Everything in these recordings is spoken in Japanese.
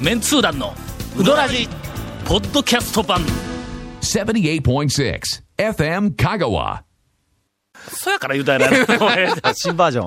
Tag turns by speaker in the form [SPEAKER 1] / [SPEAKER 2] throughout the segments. [SPEAKER 1] メンツー団のウドラジポッドキャスト版
[SPEAKER 2] 78.6 FM Kagawa.
[SPEAKER 1] そやから言うたんやなお前
[SPEAKER 3] 新バージョ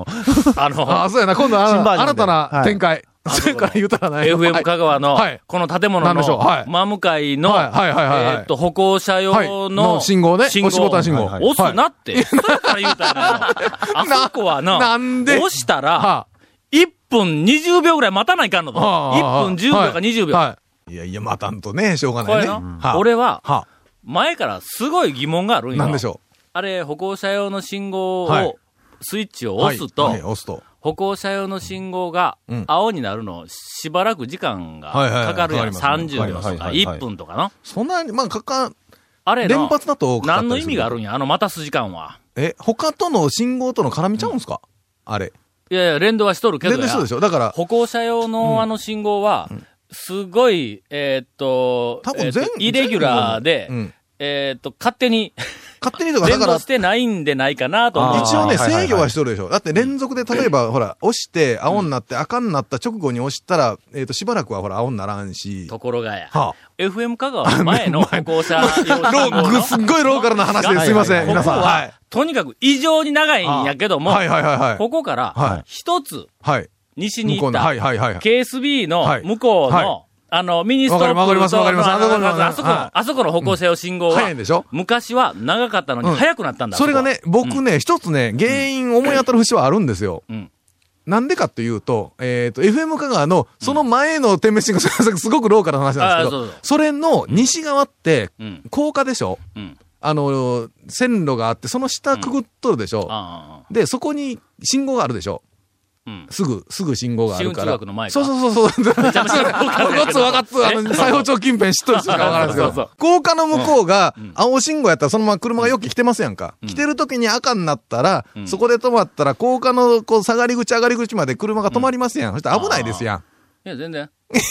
[SPEAKER 3] ン。
[SPEAKER 1] あの
[SPEAKER 4] あ、そうやな。今度は
[SPEAKER 3] 新バージョンで
[SPEAKER 4] 新たな展開。それから言うたらない。は
[SPEAKER 1] FM
[SPEAKER 4] い
[SPEAKER 1] 香川の
[SPEAKER 4] はい、
[SPEAKER 1] この建物
[SPEAKER 4] 何でしょうは
[SPEAKER 1] の
[SPEAKER 4] い
[SPEAKER 1] 真向かいの、え
[SPEAKER 4] はいはいはいはいはい
[SPEAKER 1] ーっと、歩行者用
[SPEAKER 4] はい
[SPEAKER 1] の
[SPEAKER 4] の信号ね押しボタン信号
[SPEAKER 1] はいはい押すなって。それ から言う たらなあそこはな、
[SPEAKER 4] なんで
[SPEAKER 1] 押したら
[SPEAKER 4] は、
[SPEAKER 1] 1分20秒ぐらい待たないかんのと。
[SPEAKER 4] あああ
[SPEAKER 1] 1分10秒か20秒。
[SPEAKER 4] はい
[SPEAKER 5] やいや、待たんとね、しょうが
[SPEAKER 1] こ
[SPEAKER 5] ない
[SPEAKER 1] れ
[SPEAKER 5] ね。
[SPEAKER 1] な、
[SPEAKER 5] はあ
[SPEAKER 1] 俺は、
[SPEAKER 5] は
[SPEAKER 1] 前からすごい疑問があるん
[SPEAKER 5] あ、
[SPEAKER 1] よ。
[SPEAKER 5] なんでしょ
[SPEAKER 1] あれ、歩行者用の信号
[SPEAKER 5] は
[SPEAKER 1] を
[SPEAKER 5] い、
[SPEAKER 1] スイッチを
[SPEAKER 5] う。
[SPEAKER 1] 押すと
[SPEAKER 5] はい、はい押すと。
[SPEAKER 1] 歩行者用の信号が
[SPEAKER 5] うん
[SPEAKER 1] 青になるの、しばらく時間が
[SPEAKER 5] はいはいはい
[SPEAKER 1] かかるやん。
[SPEAKER 5] かかりますね
[SPEAKER 1] 30秒と
[SPEAKER 3] はい
[SPEAKER 1] か、
[SPEAKER 3] はいはい
[SPEAKER 1] 1分とかの。
[SPEAKER 5] そんなに、まあ、かか、
[SPEAKER 1] あれの
[SPEAKER 5] 連発だとかかった
[SPEAKER 1] 何
[SPEAKER 5] りする
[SPEAKER 1] の意味があるんや、あの待たす時間は。
[SPEAKER 5] え、他との信号との絡みちゃうんすか、あれ。
[SPEAKER 1] いやいや、連動はしとるけど
[SPEAKER 5] 全
[SPEAKER 1] や
[SPEAKER 5] 然そうでしょだから、
[SPEAKER 1] 歩行者用のあの信号は、すごい、えーっと、
[SPEAKER 5] 多分
[SPEAKER 1] えーっと
[SPEAKER 5] 全
[SPEAKER 1] イレギュラーで、
[SPEAKER 5] うん
[SPEAKER 1] えーっと、勝手に、
[SPEAKER 5] 勝手にとか、 だ
[SPEAKER 1] 連
[SPEAKER 5] か
[SPEAKER 1] 動
[SPEAKER 5] ら
[SPEAKER 1] し、てないんでないかなと思う
[SPEAKER 3] あー
[SPEAKER 5] 一応ね、
[SPEAKER 3] はいはいはい
[SPEAKER 5] 制御はしとるでしょ。だって連続で、例えば、ほら、押して、青になって、赤になった直後に押したら、えっ、と、しばらくはほら、青にならんし。
[SPEAKER 1] ところがや、
[SPEAKER 5] は
[SPEAKER 1] FM 香川の前 の歩行者用信
[SPEAKER 5] あ、
[SPEAKER 1] 号
[SPEAKER 5] ロ
[SPEAKER 1] の
[SPEAKER 5] ー、ぐすっごいローカルな話ですいません、
[SPEAKER 1] ここ
[SPEAKER 5] 皆さん。はい
[SPEAKER 1] は。、とにかく異常に長いんやけども、
[SPEAKER 5] はいはいはいはい。
[SPEAKER 1] ここか
[SPEAKER 5] は
[SPEAKER 1] ら
[SPEAKER 5] い、
[SPEAKER 1] 一つ、
[SPEAKER 5] はい。
[SPEAKER 1] 西に行
[SPEAKER 5] 向こ
[SPEAKER 1] っ
[SPEAKER 5] うの、はい
[SPEAKER 1] た、
[SPEAKER 5] はいはい。
[SPEAKER 1] KSB の向こう
[SPEAKER 5] はい
[SPEAKER 1] の
[SPEAKER 5] は、
[SPEAKER 1] あの、ミニストップ
[SPEAKER 5] わかりますわかります
[SPEAKER 1] と
[SPEAKER 5] わかります
[SPEAKER 1] あそこの、
[SPEAKER 5] はい
[SPEAKER 1] あそこの歩行者用信号
[SPEAKER 5] 早いんでし
[SPEAKER 1] は
[SPEAKER 5] ょ、
[SPEAKER 1] 昔は長かったのに
[SPEAKER 5] うん
[SPEAKER 1] 早くなったんだ。
[SPEAKER 5] それがね、僕ね、一つね、原因思い当たる節はあるんですよ。
[SPEAKER 1] うん
[SPEAKER 5] なんでかっていうと、えっ、と、FM 香川の、その前の天滅神がすごくローカルな話なんですけ
[SPEAKER 1] あー
[SPEAKER 5] ど、
[SPEAKER 1] そうそう
[SPEAKER 5] それの西側って、
[SPEAKER 1] そこは、うん、
[SPEAKER 5] 高架でしょ
[SPEAKER 1] うん、
[SPEAKER 5] あの、線路があって、その下くぐっとるでしょ、
[SPEAKER 1] あ
[SPEAKER 5] で、そこに信号があるでしょ
[SPEAKER 1] あ、うん。
[SPEAKER 5] すぐ、すぐ信号があるか
[SPEAKER 1] 新
[SPEAKER 5] ら。
[SPEAKER 1] 中学の前か
[SPEAKER 5] そうそうそうそう。
[SPEAKER 1] めちゃめちゃ高架だけど
[SPEAKER 5] ごっつわかっつ、あの、
[SPEAKER 1] え
[SPEAKER 5] 西宝町近辺知っとる人しかわからんですけ
[SPEAKER 1] そうそう
[SPEAKER 5] ど、高架の向こうが
[SPEAKER 1] うん、
[SPEAKER 5] 青信号やったらそのまま車がよく来てますやんか。
[SPEAKER 1] うん
[SPEAKER 5] 来てる時に赤になったら
[SPEAKER 1] う、ん
[SPEAKER 5] そこで止まったら、高架のこう下がり口上がり口まで車が止まりますやん。そして危ないですやん。
[SPEAKER 1] いや、全然。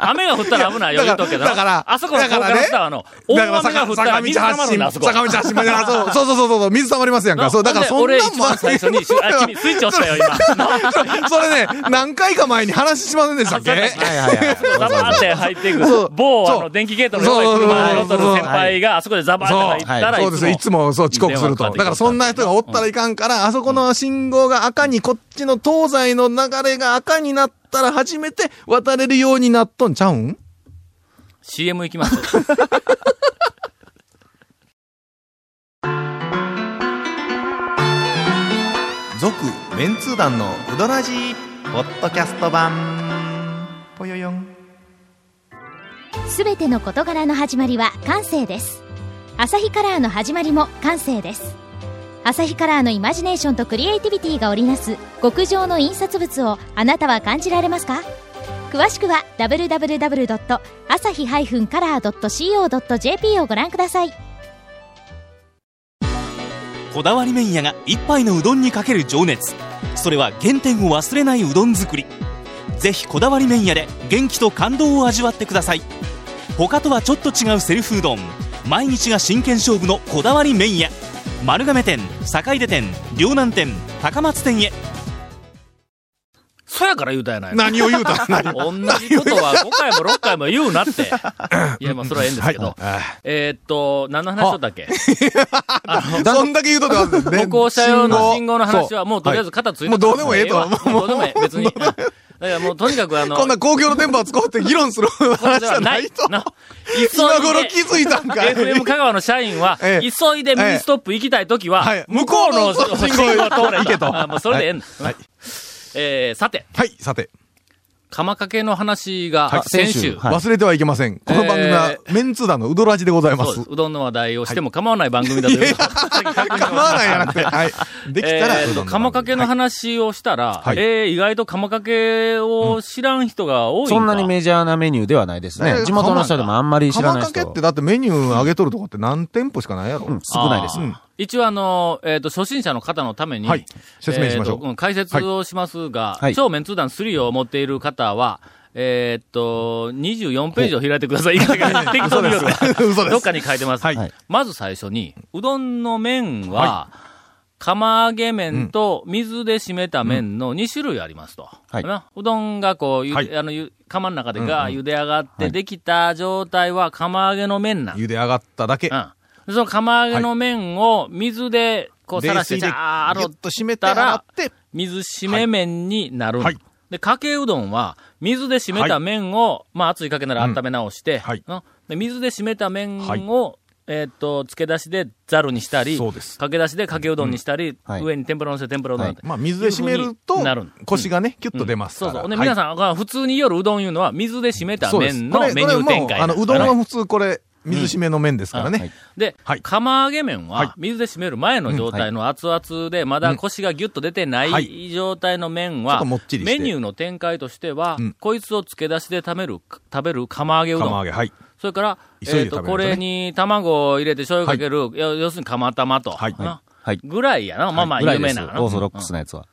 [SPEAKER 1] 雨が降ったら危ないよ、言
[SPEAKER 5] いや
[SPEAKER 1] うと
[SPEAKER 5] だか
[SPEAKER 1] くけ
[SPEAKER 5] ら
[SPEAKER 1] ど。
[SPEAKER 5] だから
[SPEAKER 1] あそこの高
[SPEAKER 5] だ
[SPEAKER 1] 架
[SPEAKER 5] か
[SPEAKER 1] の
[SPEAKER 5] らね
[SPEAKER 1] 下はあの、大雨が降ったら水たまるんだ、あそこ。
[SPEAKER 5] 坂道発進まで、あそうそうそうそう そう、水溜まりますやんか。そう、だからそん
[SPEAKER 1] 俺
[SPEAKER 5] なん
[SPEAKER 1] 一
[SPEAKER 5] もあ
[SPEAKER 1] 番最初に、あ君スイッチ押したよ、今。
[SPEAKER 5] それね、何回か前に話しませんでしたっけ
[SPEAKER 3] はいはいはい。
[SPEAKER 1] ザバーって入ってい
[SPEAKER 5] そ
[SPEAKER 1] く
[SPEAKER 5] う、
[SPEAKER 1] 某あ
[SPEAKER 5] そ
[SPEAKER 1] の
[SPEAKER 5] う
[SPEAKER 1] 電気ゲートの横に車に乗っとる先輩が、あそこでザバーって入ったら、
[SPEAKER 5] そうですよ。いつもそう遅刻すると。だからそんな人がおったらいかんから、あそこの信号が赤に、こっちの東西の流れが赤になったら初めて渡れるようになっとんちゃうん
[SPEAKER 1] CM 行きます。
[SPEAKER 5] 続、メンツー団のうどらじポッドキャスト版。ぽよよん。
[SPEAKER 6] すべての事柄の始まりは感性ですアサヒカラーの始まりも感性ですアサヒカラーのイマジネーションとクリエイティビティが織りなす極上の印刷物をあなたは感じられますか詳しくは www.asahi-color.co.jp をご覧ください
[SPEAKER 7] こだわり麺屋が一杯のうどんにかける情熱それは原点を忘れないうどん作りぜひこだわり麺屋で元気と感動を味わってください他とはちょっと違うセルフうどん毎日が真剣勝負のこだわり麺屋丸亀店坂出店龍南店高松店へ
[SPEAKER 1] そやから言うたやない。
[SPEAKER 5] 何を言うた 何
[SPEAKER 1] 同じことは5回も6回も言うな って。いや、まあそれはええんですけど。えーっと、何の話しとったっけ
[SPEAKER 5] そんだけ言うとってますね
[SPEAKER 1] 歩行者用の信号の話はもうとりあえず肩ついて
[SPEAKER 5] もうどうでもええと
[SPEAKER 1] わもうどうでもええ、別に。うんだからもうとにかくあの、
[SPEAKER 5] こんな公共の電波を使おうって議論する話じゃな いと。
[SPEAKER 1] な
[SPEAKER 5] 今頃気づいた んかい。
[SPEAKER 1] FM 香川の社員は、
[SPEAKER 5] え
[SPEAKER 1] 急
[SPEAKER 5] え
[SPEAKER 1] いでミニストップ行きたいときは、
[SPEAKER 5] はい
[SPEAKER 1] 向こうの
[SPEAKER 5] 向こうの
[SPEAKER 1] 信
[SPEAKER 5] 信
[SPEAKER 1] 号
[SPEAKER 5] 号
[SPEAKER 1] を通れ
[SPEAKER 5] 行けと
[SPEAKER 1] あもうそれでええんだ。
[SPEAKER 5] はい
[SPEAKER 1] えーさて、
[SPEAKER 5] はい、さて。
[SPEAKER 1] 釜掛けの話が、
[SPEAKER 3] はい
[SPEAKER 1] 先
[SPEAKER 3] 先
[SPEAKER 1] 週、
[SPEAKER 3] 週はい
[SPEAKER 5] 忘れてはいけません。この番組は、メンツー団のうどらじでございま
[SPEAKER 1] そう
[SPEAKER 5] す
[SPEAKER 1] です。うどんの話題をしても構わない番組だということをさっき確認しました
[SPEAKER 5] 構わないじゃなくて、はい。できたら、
[SPEAKER 1] えーと、釜掛けの話をしたら、
[SPEAKER 5] はい
[SPEAKER 1] えー意外と釜掛けを知らん人が多いか、
[SPEAKER 3] そんなにメジャーなメニューではないです
[SPEAKER 5] え
[SPEAKER 3] ね。
[SPEAKER 5] ー
[SPEAKER 3] 地元の人でもあんまり知
[SPEAKER 5] 釜
[SPEAKER 3] らない
[SPEAKER 5] 掛
[SPEAKER 3] 人。
[SPEAKER 5] けってだってメニュー上げとるとこって何店舗しかないやろ。
[SPEAKER 3] うん、少ないです
[SPEAKER 1] あ。ー
[SPEAKER 5] うん
[SPEAKER 1] 一応あの、えっ、と、初心者の方のために、
[SPEAKER 5] はい説明しましょう
[SPEAKER 1] えーとん解説をしますが、
[SPEAKER 3] はい
[SPEAKER 1] 超メンツー団3を持っている方は、えーっと、24ページを開いてください。いいかげん 適当によるわ
[SPEAKER 5] 嘘です
[SPEAKER 1] どっかに書いてます。
[SPEAKER 5] はい
[SPEAKER 3] はい
[SPEAKER 1] まず最初に、うどんの麺は、釜揚げ麺と水で締めた麺の2種類ありますと。
[SPEAKER 3] はい
[SPEAKER 1] なうどんがこう、ゆあのゆ釜の中でが茹で上がってできた状態は釜揚げの麺なん
[SPEAKER 5] 茹で上がっただけ。
[SPEAKER 1] うん。その釜揚げの麺を水で、こう、さら
[SPEAKER 5] 冷
[SPEAKER 1] して、じ
[SPEAKER 5] 水で、ぎゅ
[SPEAKER 1] ゃーっ
[SPEAKER 5] っ
[SPEAKER 1] と
[SPEAKER 5] と締め
[SPEAKER 1] た
[SPEAKER 5] た
[SPEAKER 1] ら
[SPEAKER 5] ら、って、
[SPEAKER 1] 水締め麺になるん
[SPEAKER 5] はい
[SPEAKER 1] で、かけうどんは、水で締めた麺を、まあ、熱いかけなら温め直して、
[SPEAKER 5] はい
[SPEAKER 1] うんで水で締めた麺を、
[SPEAKER 5] はい
[SPEAKER 1] えーっと、漬け出しでざるにしたり、
[SPEAKER 5] そうです
[SPEAKER 1] かけ出しでかけうどんにしたり、
[SPEAKER 3] はい
[SPEAKER 1] 上に天ぷらのせて天ぷらうどんなんて、
[SPEAKER 5] まあ水で締める
[SPEAKER 1] いうふ
[SPEAKER 5] と
[SPEAKER 1] うになるん、
[SPEAKER 5] 腰
[SPEAKER 1] が、
[SPEAKER 5] がね、キュッと出ます
[SPEAKER 1] そ
[SPEAKER 5] か
[SPEAKER 1] う
[SPEAKER 5] ら。
[SPEAKER 1] そう。で、
[SPEAKER 5] はい
[SPEAKER 1] 皆さん、普通に夜うどんいうのは、水で締めた
[SPEAKER 5] そうです
[SPEAKER 1] 麺の
[SPEAKER 5] これ
[SPEAKER 1] メニュー展
[SPEAKER 5] これ
[SPEAKER 1] 開
[SPEAKER 5] もうあの、うどん
[SPEAKER 1] はい
[SPEAKER 5] は普通これ、水締めの麺ですから
[SPEAKER 1] うん
[SPEAKER 5] ね。
[SPEAKER 1] で、
[SPEAKER 5] はい
[SPEAKER 1] 釜揚げ麺は、水で締める前の状態の熱々で、まだ腰がギュッと出てな
[SPEAKER 5] はい
[SPEAKER 1] 状態の麺
[SPEAKER 5] ちょっ
[SPEAKER 1] は、
[SPEAKER 5] ともっちりして
[SPEAKER 1] メニューの展開としては、
[SPEAKER 5] うん
[SPEAKER 1] こいつを漬け出しで食べる、食べる釜揚げうど
[SPEAKER 5] 釜揚
[SPEAKER 1] ん。
[SPEAKER 5] げ、はい。
[SPEAKER 1] それから、えっ、
[SPEAKER 5] 急いで食べないと
[SPEAKER 1] と、
[SPEAKER 5] ね
[SPEAKER 1] これに卵を入れて醤油かける、要要するに釜玉と。
[SPEAKER 5] はい
[SPEAKER 1] な
[SPEAKER 3] はい
[SPEAKER 1] ぐらいやな。まあまあ、
[SPEAKER 3] ぐら
[SPEAKER 1] 有
[SPEAKER 3] い
[SPEAKER 1] 名
[SPEAKER 3] です
[SPEAKER 1] な
[SPEAKER 3] オ
[SPEAKER 1] のかな。
[SPEAKER 3] ーソドックスなやつは。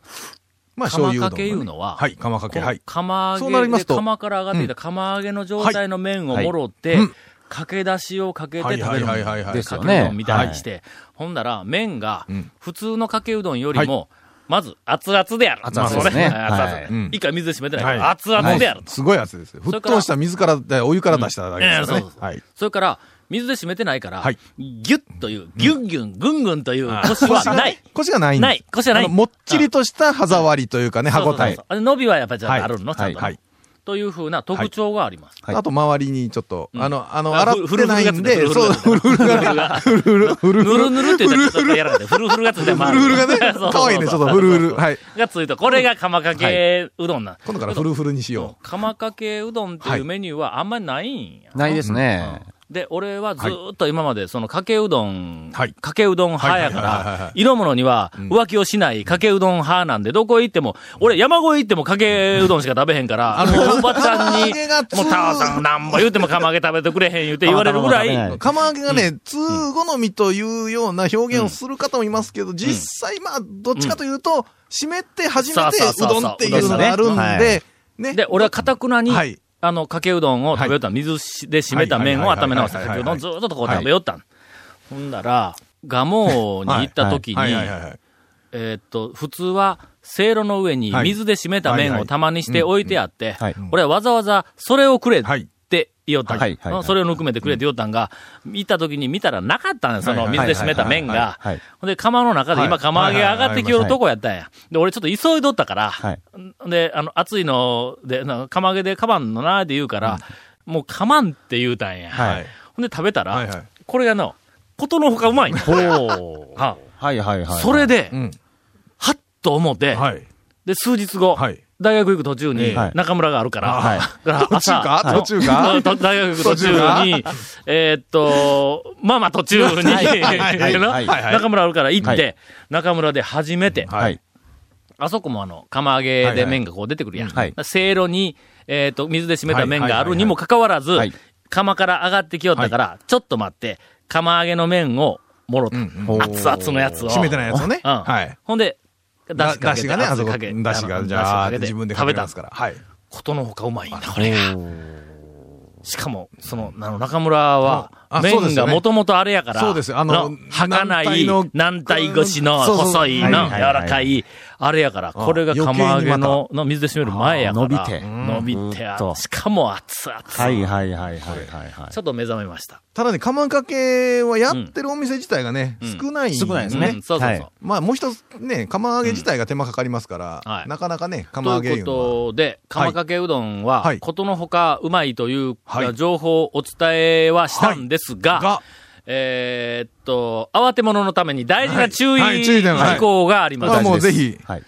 [SPEAKER 5] まあ
[SPEAKER 1] 釜
[SPEAKER 5] 醤油
[SPEAKER 1] か
[SPEAKER 5] うどん
[SPEAKER 1] け
[SPEAKER 5] ね
[SPEAKER 1] いうのは、
[SPEAKER 5] はい、釜か
[SPEAKER 1] こ
[SPEAKER 5] け、
[SPEAKER 1] の
[SPEAKER 5] はい。
[SPEAKER 1] 釜
[SPEAKER 5] そうな
[SPEAKER 1] 揚
[SPEAKER 5] り
[SPEAKER 1] げ
[SPEAKER 5] ます
[SPEAKER 1] で
[SPEAKER 5] と
[SPEAKER 1] 釜から上がっていた釜揚げの状態の麺をもろって、
[SPEAKER 5] はいうん
[SPEAKER 1] かけ出しをかけ
[SPEAKER 5] は
[SPEAKER 1] て
[SPEAKER 5] い
[SPEAKER 1] 食
[SPEAKER 5] は
[SPEAKER 1] べ
[SPEAKER 5] い
[SPEAKER 1] る
[SPEAKER 5] はいはいはい。
[SPEAKER 3] です
[SPEAKER 1] か
[SPEAKER 3] よ
[SPEAKER 1] け
[SPEAKER 3] ね
[SPEAKER 1] うどんみたいにして、ほんなら麺が
[SPEAKER 5] うん
[SPEAKER 1] 普通のかけうどんよりも、まず熱々である。
[SPEAKER 3] 熱々ですね
[SPEAKER 1] まあそれ
[SPEAKER 3] はい
[SPEAKER 1] 熱々
[SPEAKER 5] うん
[SPEAKER 1] 一回水で締めてないか
[SPEAKER 5] は
[SPEAKER 1] ら、
[SPEAKER 5] い
[SPEAKER 1] 熱々である。
[SPEAKER 5] すごいやつですよ。
[SPEAKER 1] それ
[SPEAKER 5] 沸
[SPEAKER 1] から
[SPEAKER 5] 騰した水からだ、お湯から出しただけですよ
[SPEAKER 1] うんええそう
[SPEAKER 5] ね
[SPEAKER 1] そ。う
[SPEAKER 5] はい。
[SPEAKER 1] それから、水で締めてないから、
[SPEAKER 5] はい
[SPEAKER 1] ギュッという、ギュンギュン、ぐんぐんという腰はない。
[SPEAKER 5] 腰がないんです
[SPEAKER 1] ない腰がない
[SPEAKER 5] あのもっちりとした歯触りというかね、歯
[SPEAKER 1] そうそ
[SPEAKER 5] 応
[SPEAKER 1] うそう
[SPEAKER 5] え。
[SPEAKER 1] あれ伸びはやっぱりちゃんとあるの、ちゃ
[SPEAKER 3] は
[SPEAKER 1] ん
[SPEAKER 3] い
[SPEAKER 1] とね、
[SPEAKER 5] はい。
[SPEAKER 1] というふうな特徴があります。
[SPEAKER 3] はい
[SPEAKER 5] あと周りにちょっと、あの、あの、
[SPEAKER 1] あ
[SPEAKER 5] 洗
[SPEAKER 1] ふ
[SPEAKER 5] ってないんで、
[SPEAKER 1] ふ
[SPEAKER 5] そう、ふる
[SPEAKER 1] ふるふるがついてるふるふるが。ふるぬるぬるって言ったらちょっとやらないで。ふるふるがついてる。ふ、
[SPEAKER 5] ふるがね 可愛いね、ちょっとふるふる。はい。
[SPEAKER 1] がついてる。これが釜かけうどんなん。
[SPEAKER 5] 今度からふるふるにし
[SPEAKER 1] そう
[SPEAKER 5] よ
[SPEAKER 1] 釜かけうどんって
[SPEAKER 5] は
[SPEAKER 1] いう
[SPEAKER 5] い
[SPEAKER 1] メニューはあんまりないんや。
[SPEAKER 3] ないですね。
[SPEAKER 1] で、俺はずーっと今まで、その、かけうどん、
[SPEAKER 5] はい
[SPEAKER 1] かけうどん派やか
[SPEAKER 5] はいはいはいは
[SPEAKER 1] ら
[SPEAKER 5] い、
[SPEAKER 1] 色物には浮気をしないかけうどん派なんで、どこへ行っても、俺山越え行ってもかけうどんしか食べへんから、あの、おばちゃんに、
[SPEAKER 5] 釜揚げがつ。
[SPEAKER 1] もう、たわさんなんぼ言うても釜揚げ食べてくれへん言うて言われるぐら
[SPEAKER 3] 釜玉も食べないいう
[SPEAKER 5] 釜揚げがね、通好みというような表現をする方もいますけど、実際、まあ、どっちかというと、締めて初
[SPEAKER 1] そうそう
[SPEAKER 5] めてう
[SPEAKER 1] そうそう
[SPEAKER 5] どんっていうのがあるんで、ね。
[SPEAKER 1] で、俺はかたくなに、
[SPEAKER 5] はい
[SPEAKER 1] あの、かけうどんを食べよったん、水で締めた麺を
[SPEAKER 5] はい
[SPEAKER 1] 温め直して、
[SPEAKER 5] はい
[SPEAKER 1] か
[SPEAKER 5] は
[SPEAKER 1] け
[SPEAKER 5] いうはい
[SPEAKER 1] ど
[SPEAKER 5] は
[SPEAKER 1] ん
[SPEAKER 5] い
[SPEAKER 1] ずーっとこう食べよったん。ほんだら、ガモに行った時に、
[SPEAKER 5] はいはいはいはい。
[SPEAKER 1] えーっと、普通は、せいろの上に
[SPEAKER 5] はい
[SPEAKER 1] 水で締めた麺を玉にして置いてあって
[SPEAKER 3] はいうん、
[SPEAKER 1] 俺はわざわざそれをくれっ
[SPEAKER 5] はい
[SPEAKER 1] て言おったん
[SPEAKER 3] はいはいはい
[SPEAKER 1] それをぬくめてくれって言おったんが、行った時に見たらなかったんや、その
[SPEAKER 5] はい
[SPEAKER 1] 水で締めた麺が
[SPEAKER 3] はいはいはいはい。
[SPEAKER 1] ほんで、釜の中で今
[SPEAKER 5] はい
[SPEAKER 1] 釜揚げ上がってきよるとこやったんや。で、俺ちょっと急いどったから、
[SPEAKER 3] はい
[SPEAKER 1] で、あの、熱いので、なんか釜揚げでかばんのなーって言うから、もうかまんって言うたんや。
[SPEAKER 5] はい
[SPEAKER 1] ほんで食べた
[SPEAKER 5] はいは
[SPEAKER 1] ら
[SPEAKER 5] い、
[SPEAKER 1] これがな、ことのほかうまいんや あ
[SPEAKER 3] はいはいはい。
[SPEAKER 1] それで
[SPEAKER 5] う、ん。
[SPEAKER 1] はっと思って、
[SPEAKER 5] はい。
[SPEAKER 1] で、数日後、
[SPEAKER 5] はい
[SPEAKER 1] 大学行く途中に
[SPEAKER 3] はい
[SPEAKER 1] 中村があるから、
[SPEAKER 3] はい
[SPEAKER 1] だから朝 あの
[SPEAKER 5] 途中か
[SPEAKER 1] うんと大学行く途中に、えーっと、まあまあ途中に、
[SPEAKER 3] はい
[SPEAKER 1] な
[SPEAKER 3] はい
[SPEAKER 5] はい
[SPEAKER 1] 中村あるから行って、
[SPEAKER 3] はい
[SPEAKER 1] 中村で初めて、
[SPEAKER 3] はい。
[SPEAKER 1] あそこもあの、釜揚げで麺がこう出てくるやん。
[SPEAKER 3] はい
[SPEAKER 1] せいろに、えっ、と、水で締めた麺があるにもかかわらず、
[SPEAKER 3] はい
[SPEAKER 1] 釜から上がってきよったから、ちょっと待って、釜揚げの麺をもろった、熱々のやつを。
[SPEAKER 5] 締めてないやつをね
[SPEAKER 1] うん
[SPEAKER 5] はい
[SPEAKER 1] ほんで、だ
[SPEAKER 5] だ
[SPEAKER 1] しかけ、
[SPEAKER 5] してがね、あ
[SPEAKER 1] 熱
[SPEAKER 5] そ
[SPEAKER 1] い
[SPEAKER 5] こ、
[SPEAKER 1] か
[SPEAKER 5] だ
[SPEAKER 1] け
[SPEAKER 5] し
[SPEAKER 1] あ
[SPEAKER 5] が、
[SPEAKER 1] の
[SPEAKER 5] じゃあ、
[SPEAKER 1] 出汁かけて
[SPEAKER 5] 自分でか
[SPEAKER 1] 食
[SPEAKER 5] け
[SPEAKER 1] べ
[SPEAKER 5] て
[SPEAKER 1] たん
[SPEAKER 5] ま
[SPEAKER 1] ですすか。
[SPEAKER 5] からら。はい。
[SPEAKER 1] ことのほかうまいな、これが。しかも、その、あの、中村は
[SPEAKER 5] あ、あそうで
[SPEAKER 1] 麺
[SPEAKER 5] す
[SPEAKER 1] が
[SPEAKER 5] よね
[SPEAKER 1] もともとあれやから、
[SPEAKER 5] そうですよあの
[SPEAKER 1] な儚
[SPEAKER 5] 軟体
[SPEAKER 1] い
[SPEAKER 5] の、
[SPEAKER 1] 軟体越しの
[SPEAKER 5] そうそう
[SPEAKER 1] 細い
[SPEAKER 5] はい
[SPEAKER 1] な、
[SPEAKER 5] はい
[SPEAKER 1] 柔らかい、あれやから、これが釜揚げの、の水で締める前やから、
[SPEAKER 3] あー伸びて
[SPEAKER 1] 伸びて
[SPEAKER 3] うんと、
[SPEAKER 1] しかも熱々。
[SPEAKER 3] はいはいはいはいはいはい
[SPEAKER 1] ち。ょっと目覚めました。
[SPEAKER 5] ただね、釜かけはやってるお店自体がね、
[SPEAKER 1] うん
[SPEAKER 5] 少ないんで。
[SPEAKER 3] 少ないですね
[SPEAKER 1] うんそうそうそう。
[SPEAKER 3] は
[SPEAKER 5] まあ、もう一つね、釜揚げ自体が手間かかりますから、
[SPEAKER 1] うんはい
[SPEAKER 5] なかなかね、釜揚
[SPEAKER 1] と
[SPEAKER 5] げ
[SPEAKER 1] い
[SPEAKER 5] いううのは
[SPEAKER 1] ことで、釜かけうどんは
[SPEAKER 5] は、い
[SPEAKER 1] ことのほかうまいという
[SPEAKER 5] はい
[SPEAKER 1] 情報をお伝えはしたんですが
[SPEAKER 5] が、、
[SPEAKER 1] えーっと、慌て者のために大事な注
[SPEAKER 5] は
[SPEAKER 1] 意
[SPEAKER 5] い注
[SPEAKER 1] 事
[SPEAKER 5] 意点は
[SPEAKER 1] 項があります。
[SPEAKER 5] まあもうぜひ、
[SPEAKER 3] はい。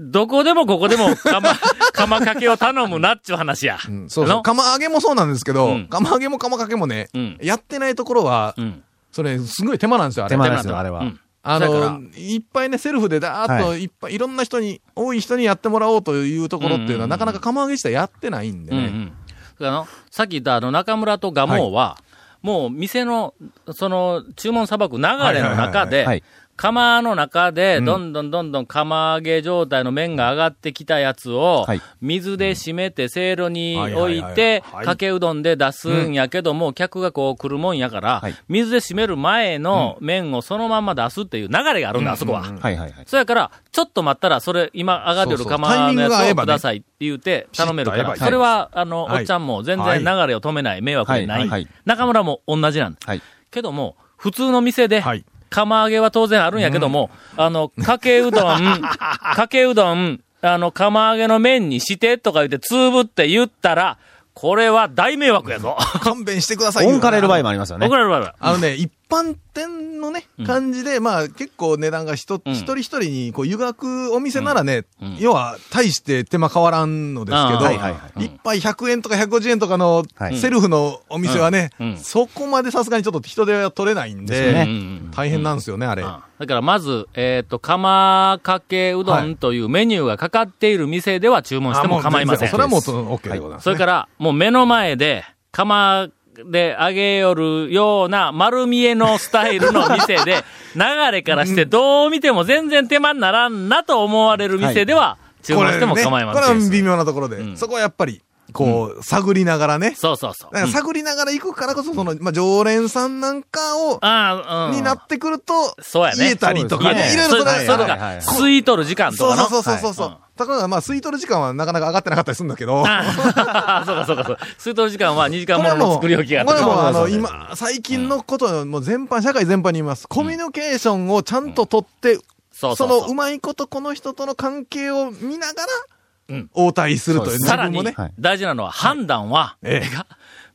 [SPEAKER 1] どこでもここでも釜、 釜かけを頼むなっちゅう話や。
[SPEAKER 5] うんそうそ
[SPEAKER 1] の
[SPEAKER 5] う。釜揚げもそうなんですけど、
[SPEAKER 1] うん
[SPEAKER 5] 釜揚げも釜かけもね、
[SPEAKER 1] うん
[SPEAKER 5] やってないところは、
[SPEAKER 1] うん。
[SPEAKER 5] それ、すごい手間なんですよ、あれ
[SPEAKER 3] 手。間ですよ、あれは。
[SPEAKER 1] うん
[SPEAKER 5] あ
[SPEAKER 1] だから
[SPEAKER 5] の、いっぱいね、セルフでだーっと、、
[SPEAKER 3] はい
[SPEAKER 5] っぱいいろんな人に、多い人にやってもらおうというところっていうのは、
[SPEAKER 1] うんうんうん
[SPEAKER 5] なかなか釜揚げ自体やってないんで
[SPEAKER 1] うんう
[SPEAKER 5] ね。
[SPEAKER 1] ん。だからあの、さっき言ったあの中村とガモは、もう店の、その、注文さばく流れの中
[SPEAKER 5] はいはいはい
[SPEAKER 1] で
[SPEAKER 3] はい、
[SPEAKER 1] 釜の中で、どんどんどんどん釜揚げ状態の麺が上がってきたやつを
[SPEAKER 3] はい、
[SPEAKER 1] 水で締めて、せいろに置い
[SPEAKER 3] はいはい
[SPEAKER 1] て、かけうどんで出すんやけども、客がこう来るもんやから
[SPEAKER 3] はい、
[SPEAKER 1] 水で締める前の麺をそのまんま出すっていう流れがあるんだ、あそこは。
[SPEAKER 3] はいはいはい。
[SPEAKER 1] そやから、ちょっと待ったら、それ、今上がってる釜のやつをくださいって言うて、頼めるから、
[SPEAKER 3] シッと
[SPEAKER 1] そ
[SPEAKER 3] 合えばいい
[SPEAKER 1] れは、あの、お
[SPEAKER 4] はい
[SPEAKER 1] っちゃんも全然流れを止めない、迷惑でな
[SPEAKER 3] はいはい
[SPEAKER 1] い。中村も同じなんだ。
[SPEAKER 3] はい。
[SPEAKER 1] けども、普通の店で
[SPEAKER 4] はい、
[SPEAKER 1] 釜揚げは当然あるんやけども、あの、かけうど ん、かけうどん、あの、釜揚げの麺にしてとか言って、つぶって言ったら、これは大迷惑やぞ。
[SPEAKER 5] 勘弁してくださいよ
[SPEAKER 3] オンカレる場合もありますよね
[SPEAKER 1] 怒。られるわよ。
[SPEAKER 5] あのね、一般店のね、感じで、まあ結構値段が人、
[SPEAKER 1] うん
[SPEAKER 5] 一人一人にこう湯がくお店ならね、
[SPEAKER 1] ん
[SPEAKER 5] 要は大して手間変わらんのですけ
[SPEAKER 1] あー
[SPEAKER 5] ど、一、
[SPEAKER 1] はい
[SPEAKER 3] はいは
[SPEAKER 5] 杯100円とか150円とかの
[SPEAKER 3] はい
[SPEAKER 5] セルフのお店はね、
[SPEAKER 1] うんうん
[SPEAKER 5] そこまでさすがにちょっと人手は取れないんで、
[SPEAKER 3] ですよ
[SPEAKER 1] う
[SPEAKER 3] ね
[SPEAKER 1] んうんうん
[SPEAKER 5] 大変なんですよね、あれ。は
[SPEAKER 1] だからまず、えっ、と、釜かけうどんというメニューがかかっている店では注文しても構いません。
[SPEAKER 5] それはもうその OK でございます、
[SPEAKER 1] それから、もう目の前で、釜で揚げよるような丸見えのスタイルの店 で、流れからしてどう見ても全然手間にならんなと思われる店では、注
[SPEAKER 5] こ
[SPEAKER 1] 文
[SPEAKER 5] れ
[SPEAKER 1] し
[SPEAKER 5] ね
[SPEAKER 1] ても構いま
[SPEAKER 5] これ
[SPEAKER 1] せん。
[SPEAKER 5] は微妙なところで、
[SPEAKER 1] うん
[SPEAKER 5] そこはやっぱり、こう、探りながらね。
[SPEAKER 1] そうそうそう。
[SPEAKER 5] だから探りながら行くからこそ、その、まあ、常連さんなんかを、
[SPEAKER 1] ああ、うん。
[SPEAKER 5] になってくると、
[SPEAKER 1] そうやね
[SPEAKER 5] 言えたりとか
[SPEAKER 1] いや
[SPEAKER 5] ね。いろい
[SPEAKER 1] それ
[SPEAKER 5] ろそ
[SPEAKER 1] が、
[SPEAKER 5] れ
[SPEAKER 1] それが、吸い取る時間と
[SPEAKER 5] そう
[SPEAKER 1] かの。
[SPEAKER 5] そうそうそうそう。ところが、まあ、吸い取る時間はなかなか上がってなかったりするんだけど、これ
[SPEAKER 1] あそうかそうかそう。水筒時間は2時間ものの作り置きがあ
[SPEAKER 5] これはもう、
[SPEAKER 1] っ
[SPEAKER 5] あ
[SPEAKER 1] た
[SPEAKER 5] の、今、最近のこと、もう全般、社会全般に言います。コミュニケーションをちゃんと取って、
[SPEAKER 1] そうそ
[SPEAKER 5] そう
[SPEAKER 1] そう
[SPEAKER 5] のうまいことこの人との関係を見なが
[SPEAKER 1] う
[SPEAKER 5] ら
[SPEAKER 1] ん、
[SPEAKER 5] 応対するとい
[SPEAKER 1] さ
[SPEAKER 5] う、
[SPEAKER 1] ら
[SPEAKER 5] 自分
[SPEAKER 1] に
[SPEAKER 5] もね。
[SPEAKER 3] はい、
[SPEAKER 1] 大事なのは判断は、
[SPEAKER 5] ええ
[SPEAKER 1] が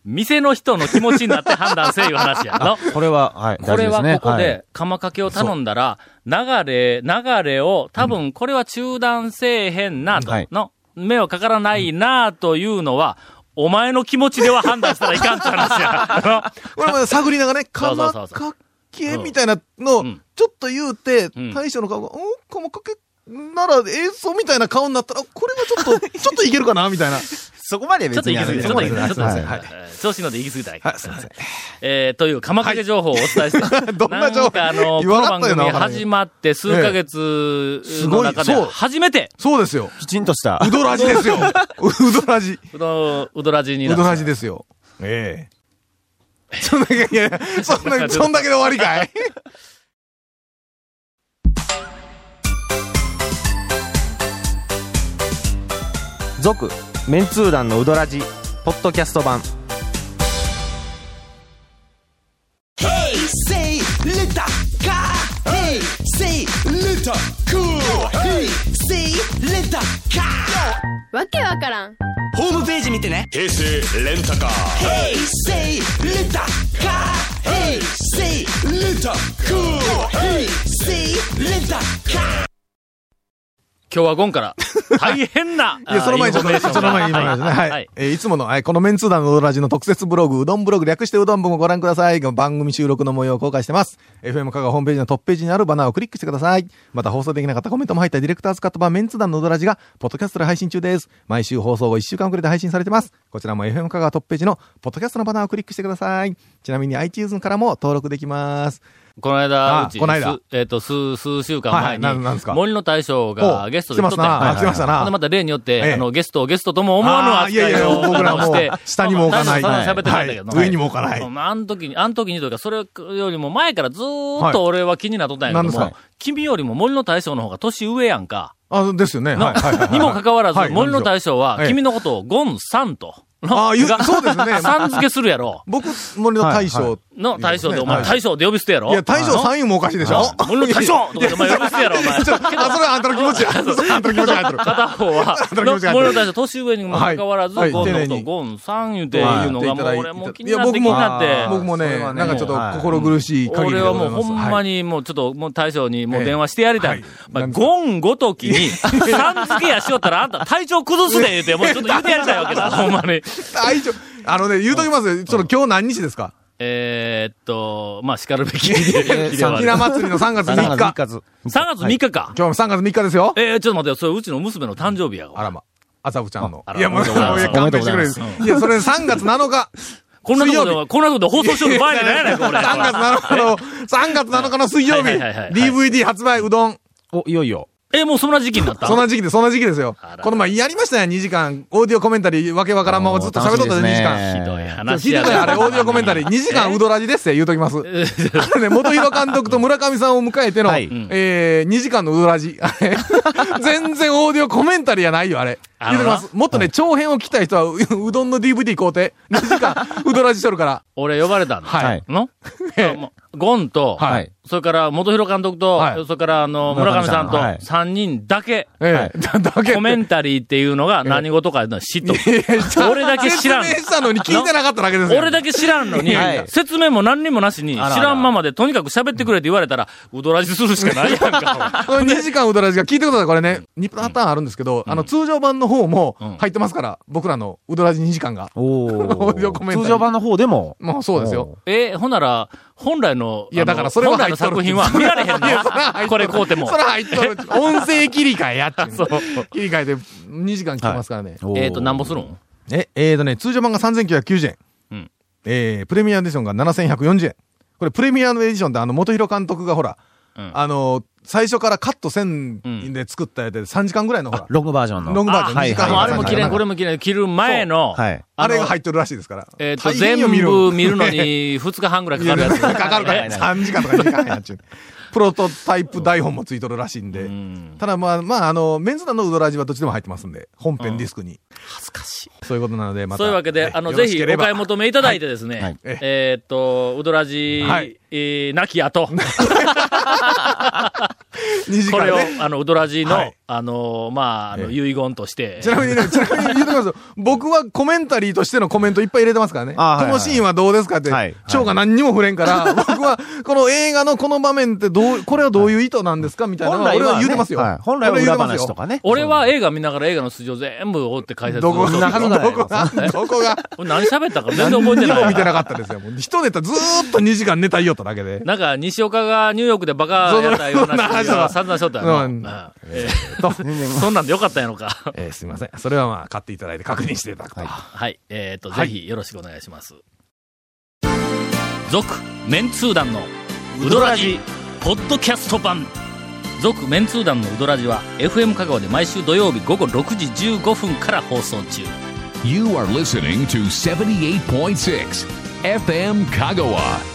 [SPEAKER 1] 店の人の気持ちになって判断せえいう話やの。
[SPEAKER 3] これは、はい。
[SPEAKER 1] これは
[SPEAKER 3] 大事すね
[SPEAKER 1] ここで、釜かけを頼んだら、流れ、流れを、多分これは中断せえへんなと、
[SPEAKER 3] はい
[SPEAKER 1] の、目をかからないなというのは、お前の気持ちでは判断したらいかんって話や。あの
[SPEAKER 5] これも探りながらね、
[SPEAKER 1] そうそう
[SPEAKER 5] 釜
[SPEAKER 1] そうそう
[SPEAKER 5] かけみたいなのを
[SPEAKER 1] うん、
[SPEAKER 5] ちょっと言うて
[SPEAKER 1] ん、
[SPEAKER 5] 大将の顔が、うん、釜かけなら、ええそうみたいな顔になったら、これはちょっと、ちょっといけるかな、みたいな。
[SPEAKER 3] そこまで
[SPEAKER 1] ちょっと行き過ぎた。ちょっと行き過ぎた。ちょっと行き過ぎた
[SPEAKER 3] はい
[SPEAKER 1] えー調子ので行き過ぎた。
[SPEAKER 5] はい、すいません。
[SPEAKER 1] えー、という、釜かけ情報をお伝えして、
[SPEAKER 5] どんな情報
[SPEAKER 1] んかあの、こ
[SPEAKER 5] 言
[SPEAKER 1] の番
[SPEAKER 5] わなかったよ
[SPEAKER 1] 組
[SPEAKER 5] な
[SPEAKER 1] 始まって数ヶ月の中です
[SPEAKER 5] ごいそう
[SPEAKER 1] 初めて、
[SPEAKER 5] そうです よ。
[SPEAKER 3] きちんとした
[SPEAKER 5] う。どらじですよ。うどらじ。
[SPEAKER 1] うど、うどらじにな
[SPEAKER 5] う
[SPEAKER 1] った
[SPEAKER 5] どらじですよ。ええ。そんだけ、いやいや、そんな、そんだけで終わりかい
[SPEAKER 8] 続メンツー団のウドラジポッドキャスト版
[SPEAKER 9] わけわからん
[SPEAKER 1] 今日はゴンから、大変な、
[SPEAKER 5] いや、その前にちょっ
[SPEAKER 1] インフォメーシ
[SPEAKER 5] と、
[SPEAKER 1] ョン
[SPEAKER 5] その前に、
[SPEAKER 1] がはい。は
[SPEAKER 5] はいい。えーいつもの、はい、このメンツー団のうどらじの特設ブログ、うどんブログ略してうどん部もご覧ください。番組収録の模様を公開してます。FM 香川ホームページのトップページにあるバナーをクリックしてください。また放送できなかったコメントも入ったディレクターズカット版メンツー団のうどらじが、ポッドキャストで配信中です。毎週放送後1週間くらいで配信されてます。こちらも FM 香川トップページの、ポッドキャストのバナーをクリックしてください。ちなみに iTunes からも登録できます。
[SPEAKER 1] この間、
[SPEAKER 5] あ
[SPEAKER 1] うち、
[SPEAKER 5] この間
[SPEAKER 1] すえっ、と、数、数週間
[SPEAKER 5] は
[SPEAKER 1] 前
[SPEAKER 5] い
[SPEAKER 1] に、
[SPEAKER 5] ななんですか
[SPEAKER 1] 森の大将がゲスト
[SPEAKER 5] お
[SPEAKER 1] で来
[SPEAKER 5] 来ま
[SPEAKER 1] とっ
[SPEAKER 5] した
[SPEAKER 1] たやん
[SPEAKER 5] な。あ来ました
[SPEAKER 1] ほんで
[SPEAKER 5] な。
[SPEAKER 1] また例によって、
[SPEAKER 5] ええ
[SPEAKER 1] あの、ゲストをゲストとも思わぬ
[SPEAKER 5] あーいや
[SPEAKER 1] 扱
[SPEAKER 5] い
[SPEAKER 1] い
[SPEAKER 5] や
[SPEAKER 1] を
[SPEAKER 5] 僕らもう
[SPEAKER 1] して、
[SPEAKER 5] 下にも置かない
[SPEAKER 1] まあまあ喋ってたんだけどな
[SPEAKER 5] はい上にも置かない
[SPEAKER 1] うんあの時に、あの時にというか、それよりも前からずーっと俺は気になっとったんやけども、
[SPEAKER 5] はい何です
[SPEAKER 1] 君よりも森の大将の方が年上やんか。
[SPEAKER 5] あ、ですよね。
[SPEAKER 1] の
[SPEAKER 5] はいはいはいはい
[SPEAKER 1] にもかかわらず、
[SPEAKER 5] はい
[SPEAKER 1] 森の大将は
[SPEAKER 5] ええ
[SPEAKER 1] 君のことをゴンさんと、
[SPEAKER 5] ああ、言うそうですね。
[SPEAKER 1] さん付けするやろ。
[SPEAKER 5] 僕、森の大将。
[SPEAKER 1] の大将で、お
[SPEAKER 5] は
[SPEAKER 1] 前
[SPEAKER 5] い
[SPEAKER 1] 大将で呼び捨てやろ
[SPEAKER 5] いや、大将
[SPEAKER 1] の
[SPEAKER 5] 三位もおかしいでしょ
[SPEAKER 1] 俺の大将とかでお前呼び捨てやろ、お前。
[SPEAKER 5] ちょあ、それはあんたの気持ちや。それはあんたの気持ちが入ってる。
[SPEAKER 1] 片方 は、
[SPEAKER 5] あの気持ちが入ってる
[SPEAKER 1] 森の大将、年上にもかかわらず、
[SPEAKER 5] はい
[SPEAKER 1] ゴンのこ
[SPEAKER 5] は
[SPEAKER 1] と
[SPEAKER 5] い丁寧
[SPEAKER 1] を
[SPEAKER 5] に
[SPEAKER 1] ゴンさん言うて言うのが、もう
[SPEAKER 5] はい
[SPEAKER 1] 俺もう気になって気に
[SPEAKER 5] いや僕も
[SPEAKER 1] なって。
[SPEAKER 5] 僕もね、なんかちょっと心苦しい限り
[SPEAKER 1] 俺
[SPEAKER 5] で
[SPEAKER 1] は
[SPEAKER 5] ご
[SPEAKER 1] も
[SPEAKER 5] ざいうます。
[SPEAKER 1] ほんま
[SPEAKER 5] に。
[SPEAKER 1] にもうちょっともう大将にもう
[SPEAKER 5] ええ
[SPEAKER 1] 電話してやりたい。
[SPEAKER 5] はい
[SPEAKER 1] まあ、
[SPEAKER 5] なんです
[SPEAKER 1] ゴンごときに、さん付けやしよったらあんた体調崩すで言うて、もうちょっと言うてやりたいわ けだ、ほんまに。
[SPEAKER 5] 大将、あのね、言うときますよ。ちょっと今日何日ですか
[SPEAKER 1] えーっと、まあ、叱るべ き日で。日ではあ
[SPEAKER 5] ひ
[SPEAKER 1] る
[SPEAKER 5] な祭りの3月3
[SPEAKER 3] 3
[SPEAKER 5] 日。
[SPEAKER 3] 月3日。
[SPEAKER 1] 3月3日か。
[SPEAKER 5] 今日3月3日ですよ。
[SPEAKER 1] えー、ちょっと待ってよ、それうちの娘の誕生日やわ。
[SPEAKER 5] あらま。麻布ちゃんの
[SPEAKER 1] あ。ら
[SPEAKER 5] いや、もう、
[SPEAKER 1] おめでとうございます
[SPEAKER 5] 勘弁してくれる
[SPEAKER 3] おめでとうござい。
[SPEAKER 5] いや、それ3月7日。
[SPEAKER 1] こんなとこ
[SPEAKER 5] 水曜
[SPEAKER 1] で、こんなとこで放送しようの場合じゃないやないか、これ。
[SPEAKER 5] 3月7日の、3月7日の水曜日、
[SPEAKER 1] はいはいはいはい
[SPEAKER 5] DVD 発売うどん。お、いよいよ。
[SPEAKER 1] え、もうそんな時期になった
[SPEAKER 5] そんな時期で、そんな時期ですよ
[SPEAKER 1] あら。
[SPEAKER 5] この前やりましたね、2時間。オーディオコメンタリー、わけわからんままずっと喋っとった
[SPEAKER 3] おー楽し
[SPEAKER 5] ね、
[SPEAKER 3] みですね
[SPEAKER 5] 2
[SPEAKER 1] ひ
[SPEAKER 5] 時間。
[SPEAKER 1] どい
[SPEAKER 5] 聞
[SPEAKER 1] 話
[SPEAKER 5] いて
[SPEAKER 1] や
[SPEAKER 5] たよ、あれ、オーディオコメンタリー。2時間うどらじですって言うときます。あのね、元弘監督と村上さんを迎えての、
[SPEAKER 3] はい
[SPEAKER 5] えー、2時間のうどらじ。あれ 全然オーディオコメンタリーやないよ、あれ。
[SPEAKER 1] あ
[SPEAKER 5] 言
[SPEAKER 1] の
[SPEAKER 5] う
[SPEAKER 1] な
[SPEAKER 5] ときます。もっとね、長編を聞きたい人は、ううどんの DVD 買うて、2時間うどらじしとるから。
[SPEAKER 1] 俺呼ばれたの。
[SPEAKER 5] はい
[SPEAKER 3] はい。
[SPEAKER 1] のもうゴンと、
[SPEAKER 3] はい。
[SPEAKER 1] それから元広監督と、
[SPEAKER 5] はい
[SPEAKER 1] それからあの、村上さんと
[SPEAKER 3] 村上
[SPEAKER 1] 3人だけ、
[SPEAKER 5] ええだだけ。
[SPEAKER 1] コメンタリーっていうのが何事かいうのは知っとる俺だけ知らん。
[SPEAKER 5] 説明したのに聞いてなかっただけですよ。
[SPEAKER 1] 俺だけ知らんのに、
[SPEAKER 3] はい
[SPEAKER 1] 説明も何にもなしに、知
[SPEAKER 3] あらあら
[SPEAKER 1] らんままでとにかく喋ってくれって言われたら、うどらじするしかないやんか。
[SPEAKER 5] これ2時間うどらじが聞いてください。これね、2パターンあるんですけど、あの、通常版の方も
[SPEAKER 1] うん
[SPEAKER 5] 入ってますから、僕らのうどらじ2時間が。
[SPEAKER 3] お
[SPEAKER 5] オーディオコメンタリー
[SPEAKER 3] 通常版の方でも。
[SPEAKER 5] もうそうですよ。
[SPEAKER 1] え、ほんなら、本来の、
[SPEAKER 5] いや、
[SPEAKER 1] あの
[SPEAKER 5] だからそれは
[SPEAKER 1] 本来
[SPEAKER 5] 入
[SPEAKER 1] の
[SPEAKER 5] っとる
[SPEAKER 1] 作品は見られへん
[SPEAKER 5] いやそら入
[SPEAKER 1] の。
[SPEAKER 5] っとる
[SPEAKER 1] これこうても
[SPEAKER 5] そ。ら入っとる。音声切り替えや っていう
[SPEAKER 1] そう。
[SPEAKER 5] 切り替えで2時間聞きますからね。
[SPEAKER 1] えっと、なんぼ
[SPEAKER 3] す
[SPEAKER 1] するん
[SPEAKER 5] え、えーとね、通常版が3990円。
[SPEAKER 1] うん
[SPEAKER 5] えープレミアムエディションが7140円。これ、プレミアムエディションって、あの、元広監督がほら、
[SPEAKER 1] うん
[SPEAKER 5] あの、最初からカットせん
[SPEAKER 1] うん
[SPEAKER 5] で作ったやつで3時間ぐらいのほら、
[SPEAKER 3] ロングバージョンの。
[SPEAKER 5] ロングバージョン
[SPEAKER 3] あ
[SPEAKER 5] 2時
[SPEAKER 3] は
[SPEAKER 5] 間
[SPEAKER 3] い
[SPEAKER 1] もう
[SPEAKER 3] は
[SPEAKER 1] あ
[SPEAKER 3] い
[SPEAKER 1] れも切れん、これも切れん。切る前の、
[SPEAKER 3] はい。
[SPEAKER 5] あれが
[SPEAKER 1] 入
[SPEAKER 5] 入っとるらしいですから。
[SPEAKER 1] えっと、
[SPEAKER 5] 大変よ
[SPEAKER 1] 全部見るの。
[SPEAKER 5] ね
[SPEAKER 1] に2日半ぐらいかかるやつ。
[SPEAKER 5] かかるから、
[SPEAKER 1] ね
[SPEAKER 5] 3時間とか2時間やっちゅう。プロトタイプ台本もついとるらしいんで。ただまあ、まあ、あの、メンズ団のウドラジはどっちでも入ってますんで、本編ディスクに。恥ずかしい。そういうことなので、また。
[SPEAKER 1] そういうわけで、あの、ぜひお買い求めいただいてですね、
[SPEAKER 3] はい
[SPEAKER 1] えーっと、ウドラジ、
[SPEAKER 5] はい
[SPEAKER 1] えーなき後、
[SPEAKER 5] め。2時
[SPEAKER 1] こ
[SPEAKER 5] 間
[SPEAKER 1] れを
[SPEAKER 5] ね。、
[SPEAKER 1] あの、ウドラジの、
[SPEAKER 5] はい
[SPEAKER 1] あの、まあ、あの、遺言として
[SPEAKER 5] ち、なみにね、ちなみに言うときますよ。僕はコメンタリーとしてのコメントいっぱい入れてますからね。
[SPEAKER 3] あはいはい
[SPEAKER 5] このシーンはどうですかって
[SPEAKER 3] はい、
[SPEAKER 5] 蝶が何にも触れんから、僕はこの映画のこの場面ってどう、これはどういう意図なんですかみたいなのは俺は言うてますよ
[SPEAKER 3] はい。本来は
[SPEAKER 5] 俺言
[SPEAKER 3] 裏
[SPEAKER 5] うてますよ
[SPEAKER 3] 話とかね。
[SPEAKER 1] 俺は映画見ながら映画の出場全部追って解説
[SPEAKER 5] どこ
[SPEAKER 1] そう
[SPEAKER 5] が、
[SPEAKER 1] そう
[SPEAKER 5] どこが、どこが、
[SPEAKER 1] 俺何喋ったか全然覚えて
[SPEAKER 5] 何に
[SPEAKER 1] な
[SPEAKER 5] も
[SPEAKER 1] い
[SPEAKER 5] 見てなかったですよ。もう一ネタずーっと2時間ネタ言いよっただ けで。
[SPEAKER 1] なんか、西岡がニューヨークでバカやったような話が散々しとったよな
[SPEAKER 5] うん
[SPEAKER 1] うんえ ーそんなんでよかったんやのか。
[SPEAKER 5] えーすみません。それはまあ、買っていただいて確認していただくと。
[SPEAKER 1] はい。えーっと、ぜひよろしくお願いします。続、メンツー団の、ウドラジ、ポッドキャスト版。続、メンツー団のウドラジは、FM 香川で毎週土曜日午後6時15分から放送中。
[SPEAKER 2] You are listening to 78.6 FM Kagawa.